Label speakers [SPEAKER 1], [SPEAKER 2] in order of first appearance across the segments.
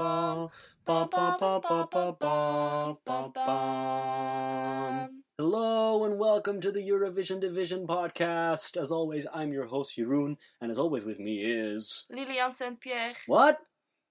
[SPEAKER 1] Um,
[SPEAKER 2] Um,
[SPEAKER 1] Hello and welcome to the Eurovision Division podcast. As always, I'm your host Jeroen, and as always with me is
[SPEAKER 2] Lilian Saint Pierre.
[SPEAKER 1] what?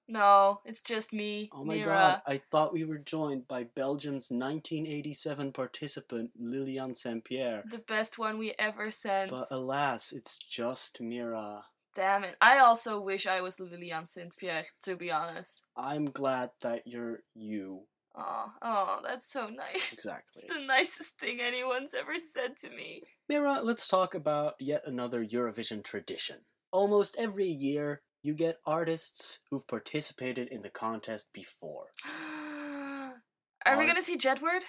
[SPEAKER 2] No, it's just me.
[SPEAKER 1] Oh my
[SPEAKER 2] Mira.
[SPEAKER 1] god! I thought we were joined by Belgium's 1987 participant Lilian Saint Pierre,
[SPEAKER 2] The best one we ever sent.
[SPEAKER 1] but uh, alas, it's just Mira.
[SPEAKER 2] Damn it. I also wish I was Lilian Saint Pierre, to be honest.
[SPEAKER 1] I'm glad that you're you.
[SPEAKER 2] Oh, oh, that's so nice.
[SPEAKER 1] Exactly.
[SPEAKER 2] It's the nicest thing anyone's ever said to me.
[SPEAKER 1] Mira, let's talk about yet another Eurovision tradition. Almost every year, you get artists who've participated in the contest before.
[SPEAKER 2] Are we
[SPEAKER 1] Are-
[SPEAKER 2] gonna see Jedward?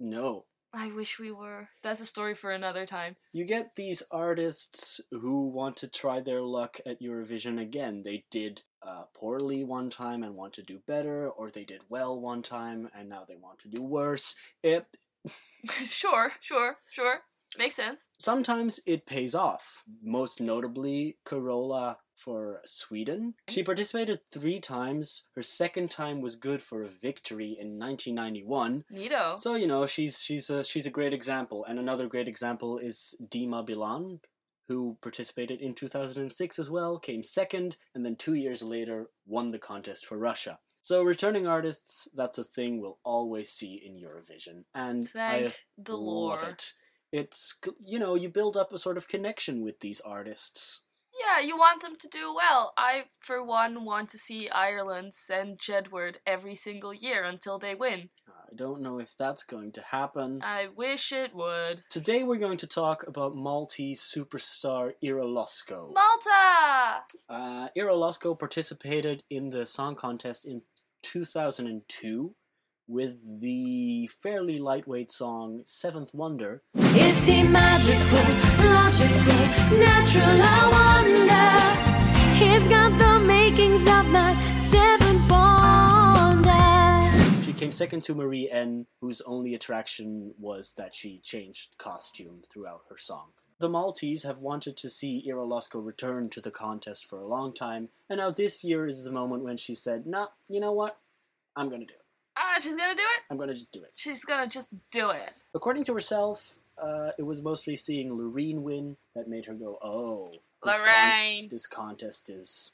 [SPEAKER 1] No.
[SPEAKER 2] I wish we were. That's a story for another time.
[SPEAKER 1] You get these artists who want to try their luck at Eurovision again. They did uh, poorly one time and want to do better, or they did well one time and now they want to do worse. It
[SPEAKER 2] sure, sure, sure. Makes sense.
[SPEAKER 1] sometimes it pays off. Most notably, Carola for Sweden. She
[SPEAKER 2] Nice.
[SPEAKER 1] participated three times. Her second time was good for a victory in 1991.
[SPEAKER 2] Nito.
[SPEAKER 1] So you know she's she's a she's a great example. And another great example is Dima Bilan, who participated in 2006 as well, came second, and then two years later won the contest for Russia. So returning artists, that's a thing we'll always see in Eurovision. And I
[SPEAKER 2] Thank the Lord.
[SPEAKER 1] love it. It's c- you know you build up a sort of connection with these artists.
[SPEAKER 2] Yeah, you want them to do well. I, for one, want to see Ireland send Jedward every single year until they win.
[SPEAKER 1] I don't know if that's going to happen.
[SPEAKER 2] I wish it would.
[SPEAKER 1] Today we're going to talk about Maltese superstar Iralosko.
[SPEAKER 2] Malta!
[SPEAKER 1] Uh, Iralosko participated in the song contest in 2002 with the fairly lightweight song Seventh Wonder,
[SPEAKER 3] Is he magical, logical, natural? I wonder. He's got the makings of my seventh wonder.
[SPEAKER 1] She came second to Marie N, whose only attraction was that she changed costume throughout her song. The Maltese have wanted to see Iralosko return to the contest for a long time, and now this year is the moment when she said, "Nah, you know what? I'm gonna do it.
[SPEAKER 2] Ah, she's gonna do it?
[SPEAKER 1] I'm gonna just do it."
[SPEAKER 2] She's gonna just do it.
[SPEAKER 1] According to herself, uh, it was mostly seeing Loreen win that made her go, "Oh, this con-
[SPEAKER 2] Lorraine!
[SPEAKER 1] this contest is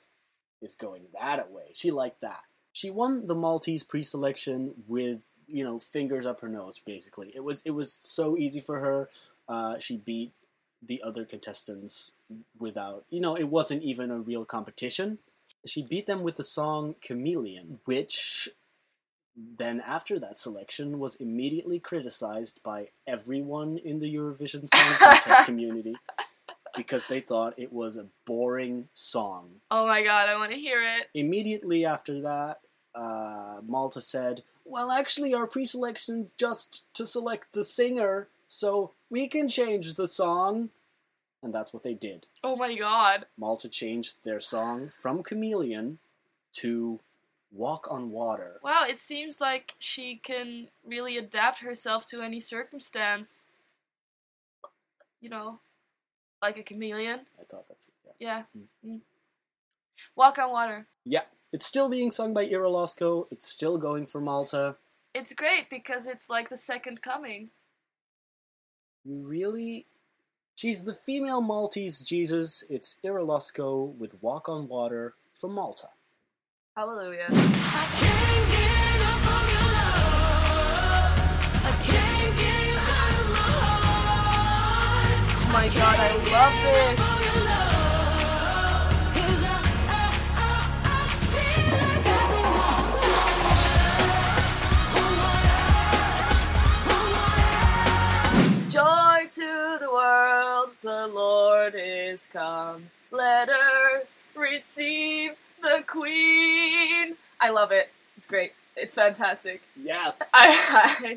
[SPEAKER 1] is going that way. She liked that. She won the Maltese pre-selection with you know fingers up her nose. Basically, it was it was so easy for her. Uh, she beat the other contestants without you know it wasn't even a real competition. She beat them with the song Chameleon, which then after that selection was immediately criticized by everyone in the Eurovision Song Contest community because they thought it was a boring song.
[SPEAKER 2] Oh my god, I wanna hear it.
[SPEAKER 1] Immediately after that, uh, Malta said, Well, actually, our pre selection's just to select the singer, so we can change the song. And that's what they did.
[SPEAKER 2] Oh my god.
[SPEAKER 1] Malta changed their song from Chameleon to Walk on Water.
[SPEAKER 2] Wow, it seems like she can really adapt herself to any circumstance. You know, like a chameleon.
[SPEAKER 1] I thought that's. Yeah.
[SPEAKER 2] Yeah.
[SPEAKER 1] Mm.
[SPEAKER 2] Mm. Walk on water.
[SPEAKER 1] Yeah, it's still being sung by Irolosco. It's still going for Malta.
[SPEAKER 2] It's great because it's like the second coming.
[SPEAKER 1] You really? She's the female Maltese Jesus. It's Irolosco with Walk on Water from Malta.
[SPEAKER 2] Hallelujah.
[SPEAKER 3] I can't get enough of your love. I can't get you out of my heart.
[SPEAKER 2] Oh my god, I love
[SPEAKER 3] Of
[SPEAKER 2] this.
[SPEAKER 3] your love. 'Cause I, I, I, I feel like I can walk on
[SPEAKER 2] Joy to the world, the Lord is come. Let earth receive the Queen. I love it. It's great. It's fantastic.
[SPEAKER 1] Yes.
[SPEAKER 2] I, I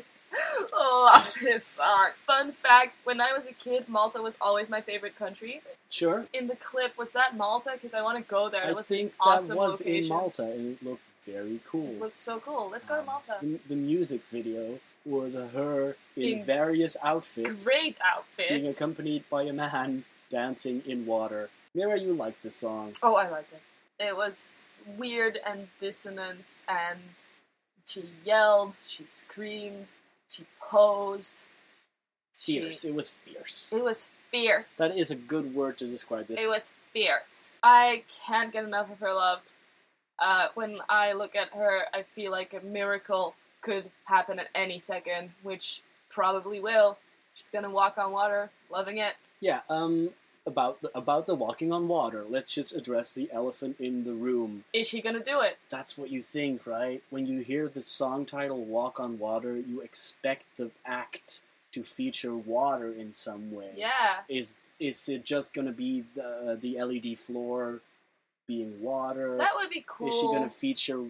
[SPEAKER 2] love this song. Fun fact when I was a kid, Malta was always my favorite country.
[SPEAKER 1] Sure.
[SPEAKER 2] In the clip, was that Malta? Because I want to go there.
[SPEAKER 1] I
[SPEAKER 2] It was
[SPEAKER 1] think
[SPEAKER 2] an
[SPEAKER 1] that
[SPEAKER 2] awesome
[SPEAKER 1] was
[SPEAKER 2] location.
[SPEAKER 1] in Malta, and it looked very cool. Um,
[SPEAKER 2] It looks so cool. Let's go to Malta.
[SPEAKER 1] The, the music video was her in,
[SPEAKER 2] In
[SPEAKER 1] various outfits,
[SPEAKER 2] Great
[SPEAKER 1] being
[SPEAKER 2] outfits.
[SPEAKER 1] accompanied by a man dancing in water. Mira, you like this song?
[SPEAKER 2] Oh, I like it. It was weird and dissonant, and she yelled, she screamed, she posed. She-
[SPEAKER 1] Fierce. It was fierce.
[SPEAKER 2] it was fierce.
[SPEAKER 1] That is a good word to describe this.
[SPEAKER 2] It was fierce. I can't get enough of her love. Uh, when I look at her, I feel like a miracle could happen at any second, which probably will. She's gonna walk on water, loving it.
[SPEAKER 1] Yeah, um, about the, about the walking on water. Let's just address the elephant in the room.
[SPEAKER 2] Is she gonna do it?
[SPEAKER 1] That's what you think, right? When you hear the song title "Walk on Water," you expect the act to feature water in some way.
[SPEAKER 2] Yeah.
[SPEAKER 1] Is is it just gonna be the the LED floor being water?
[SPEAKER 2] That would be cool.
[SPEAKER 1] Is she gonna feature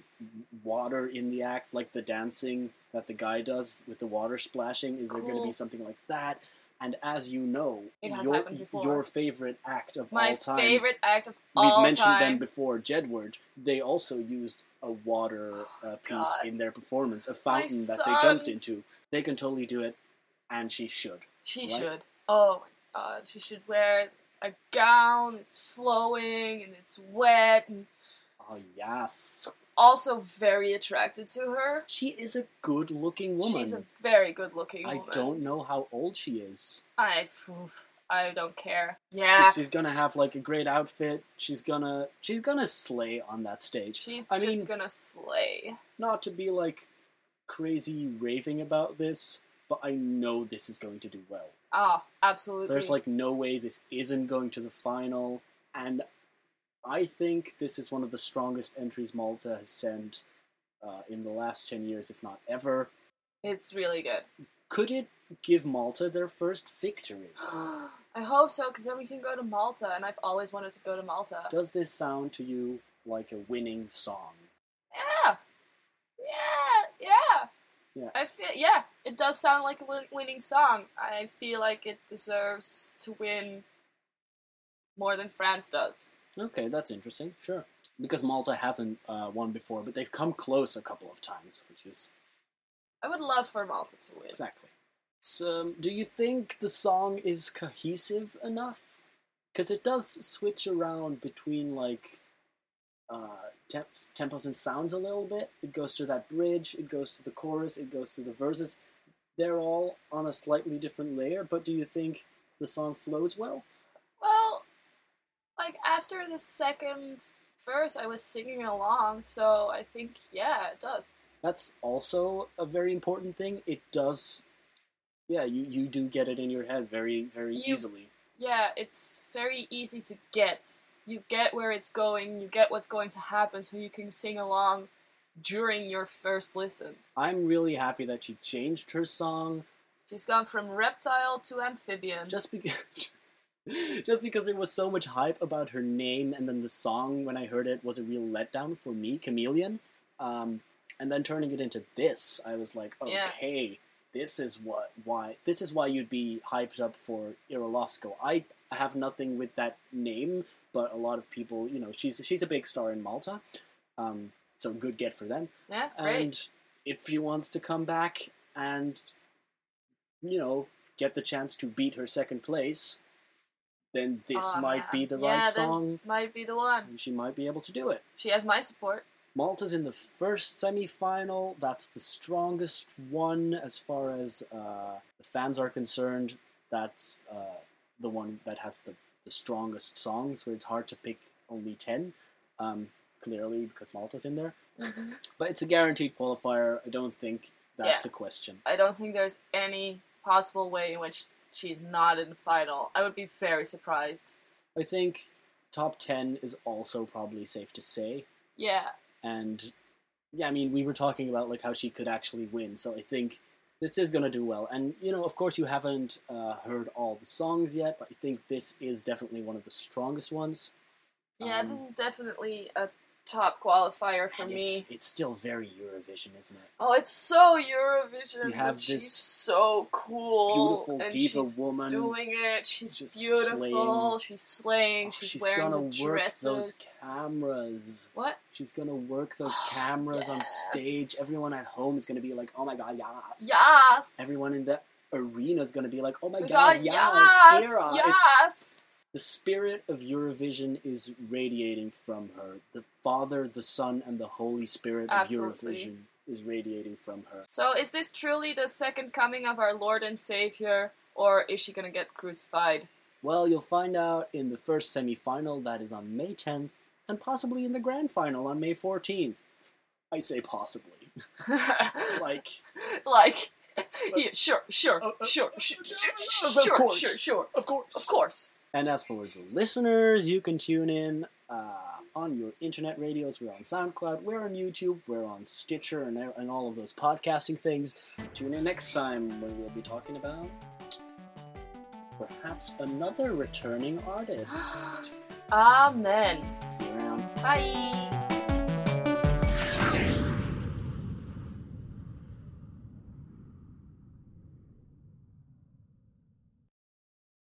[SPEAKER 1] water in the act, like the dancing that the guy does with the water splashing? Is there gonna be
[SPEAKER 2] Cool.
[SPEAKER 1] something like that? And as you know,
[SPEAKER 2] It has
[SPEAKER 1] your
[SPEAKER 2] happened before.
[SPEAKER 1] your favorite act of
[SPEAKER 2] My
[SPEAKER 1] all time.
[SPEAKER 2] favorite act of
[SPEAKER 1] We've
[SPEAKER 2] all
[SPEAKER 1] mentioned
[SPEAKER 2] time.
[SPEAKER 1] them before. Jedward. They also used a water uh, piece
[SPEAKER 2] Oh, God.
[SPEAKER 1] in their performance, a fountain that they jumped
[SPEAKER 2] sons.
[SPEAKER 1] into. They can totally do it, and she should.
[SPEAKER 2] She
[SPEAKER 1] right?
[SPEAKER 2] should. Oh my god, she should wear a gown. It's flowing and it's wet. And
[SPEAKER 1] Oh yes,
[SPEAKER 2] also very attracted to her.
[SPEAKER 1] she is a good-looking woman.
[SPEAKER 2] She's a very good-looking
[SPEAKER 1] I
[SPEAKER 2] woman.
[SPEAKER 1] don't know how old she is.
[SPEAKER 2] I, oof, I don't care. Yeah,
[SPEAKER 1] 'Cause she's gonna have like a great outfit. She's gonna she's gonna slay on that stage.
[SPEAKER 2] she's
[SPEAKER 1] I
[SPEAKER 2] just
[SPEAKER 1] mean-
[SPEAKER 2] gonna slay.
[SPEAKER 1] Not to be like crazy raving about this, but I know this is going to do well.
[SPEAKER 2] Oh, absolutely.
[SPEAKER 1] There's like no way this isn't going to the final, and I think this is one of the strongest entries Malta has sent uh, in the last ten years, if not ever.
[SPEAKER 2] it's really good.
[SPEAKER 1] Could it give Malta their first victory?
[SPEAKER 2] I hope so, because then we can go to Malta, and I've always wanted to go to Malta.
[SPEAKER 1] Does this sound to you like a winning song?
[SPEAKER 2] Yeah, yeah, yeah.
[SPEAKER 1] Yeah.
[SPEAKER 2] I feel yeah. It does sound like a win- winning song. I feel like it deserves to win more than France does.
[SPEAKER 1] Okay, that's interesting. Sure, because Malta hasn't uh, won before, but they've come close a couple of times, which is
[SPEAKER 2] I would love for Malta to win.
[SPEAKER 1] exactly. So, do you think the song is cohesive enough? Because it does switch around between like uh, temp- tempos and sounds a little bit. It goes to that bridge. It goes to the chorus. It goes to the verses. They're all on a slightly different layer. But do you think the song flows well?
[SPEAKER 2] Well, like after the second verse, I was singing along, so I think yeah, it does.
[SPEAKER 1] that's also a very important thing. It does, yeah, you, you do get it in your head very, very
[SPEAKER 2] You-
[SPEAKER 1] easily.
[SPEAKER 2] Yeah, it's very easy to get. You get where it's going. You get what's going to happen, so you can sing along during your first listen.
[SPEAKER 1] I'm really happy that she changed her song
[SPEAKER 2] She's gone from reptile to amphibian.
[SPEAKER 1] just because. Just because there was so much hype about her name, and then the song, when I heard it, was a real letdown for me, Chameleon. Um, and then turning it into this, I was like,
[SPEAKER 2] Yeah.
[SPEAKER 1] okay, this is what why this is why you'd be hyped up for Irolosco. I have nothing with that name, but a lot of people, you know, she's she's a big star in Malta, um, so good get for them.
[SPEAKER 2] yeah, right.
[SPEAKER 1] And if she wants to come back and, you know, get the chance to beat her second place, then this
[SPEAKER 2] Aw,
[SPEAKER 1] might be
[SPEAKER 2] man.
[SPEAKER 1] the
[SPEAKER 2] yeah,
[SPEAKER 1] right song,
[SPEAKER 2] This might be the one.
[SPEAKER 1] and she might be able to do it.
[SPEAKER 2] She has my support.
[SPEAKER 1] Malta's in the first semi-final. That's the strongest one as far as uh, the fans are concerned. That's uh, the one that has the, the strongest song, so it's hard to pick only 10, um, clearly, because Malta's in there. But it's a guaranteed qualifier. I don't think that's a question.
[SPEAKER 2] I don't think there's any possible way in which she's not in the final. I would be very surprised.
[SPEAKER 1] I think top 10 is also probably safe to say.
[SPEAKER 2] Yeah,
[SPEAKER 1] and yeah, I mean, we were talking about like how she could actually win, so I think this is gonna do well. And you know, of course, you haven't uh, heard all the songs yet, but I think this is definitely one of the strongest ones.
[SPEAKER 2] yeah.
[SPEAKER 1] Um,
[SPEAKER 2] this is definitely a top qualifier for
[SPEAKER 1] and
[SPEAKER 2] me.
[SPEAKER 1] It's, it's still very Eurovision, isn't it?
[SPEAKER 2] oh, it's so Eurovision.
[SPEAKER 1] You have
[SPEAKER 2] and she's
[SPEAKER 1] this
[SPEAKER 2] so cool.
[SPEAKER 1] Beautiful
[SPEAKER 2] Oh, and
[SPEAKER 1] diva
[SPEAKER 2] she's
[SPEAKER 1] woman.
[SPEAKER 2] doing it. She's
[SPEAKER 1] just slaying.
[SPEAKER 2] beautiful. She's slaying.
[SPEAKER 1] Oh,
[SPEAKER 2] she's,
[SPEAKER 1] she's
[SPEAKER 2] wearing
[SPEAKER 1] gonna
[SPEAKER 2] the
[SPEAKER 1] work
[SPEAKER 2] dresses.
[SPEAKER 1] those cameras.
[SPEAKER 2] what?
[SPEAKER 1] She's gonna work those
[SPEAKER 2] Oh,
[SPEAKER 1] cameras on
[SPEAKER 2] yes.
[SPEAKER 1] stage. Everyone at home is gonna be like, "Oh my god, yes!"
[SPEAKER 2] Yes.
[SPEAKER 1] Everyone in the arena is gonna be like, "Oh my
[SPEAKER 2] We
[SPEAKER 1] god,
[SPEAKER 2] got
[SPEAKER 1] yes,
[SPEAKER 2] yes,
[SPEAKER 1] Kira!" It's
[SPEAKER 2] yes.
[SPEAKER 1] The spirit of Eurovision is radiating from her. The Father, the Son, and the Holy Spirit
[SPEAKER 2] Absolutely.
[SPEAKER 1] of Eurovision is radiating from her.
[SPEAKER 2] So is this truly the second coming of our Lord and Savior, or is she gonna get crucified?
[SPEAKER 1] Well, you'll find out in the first semifinal that is on May 10th, and possibly in the grand final on May 14th. I say possibly. like,
[SPEAKER 2] like, yeah, sure, sure,
[SPEAKER 1] Uh, uh,
[SPEAKER 2] sure,
[SPEAKER 1] uh,
[SPEAKER 2] sure,
[SPEAKER 1] uh,
[SPEAKER 2] sure,
[SPEAKER 1] of
[SPEAKER 2] sure,
[SPEAKER 1] course.
[SPEAKER 2] sure, sure,
[SPEAKER 1] of course.
[SPEAKER 2] of course.
[SPEAKER 1] And as for the listeners, you can tune in uh, on your internet radios. We're on SoundCloud, we're on YouTube, we're on Stitcher, and, and all of those podcasting things. Tune in next time when we'll be talking about perhaps another returning artist.
[SPEAKER 2] Amen.
[SPEAKER 1] See you around.
[SPEAKER 2] Bye.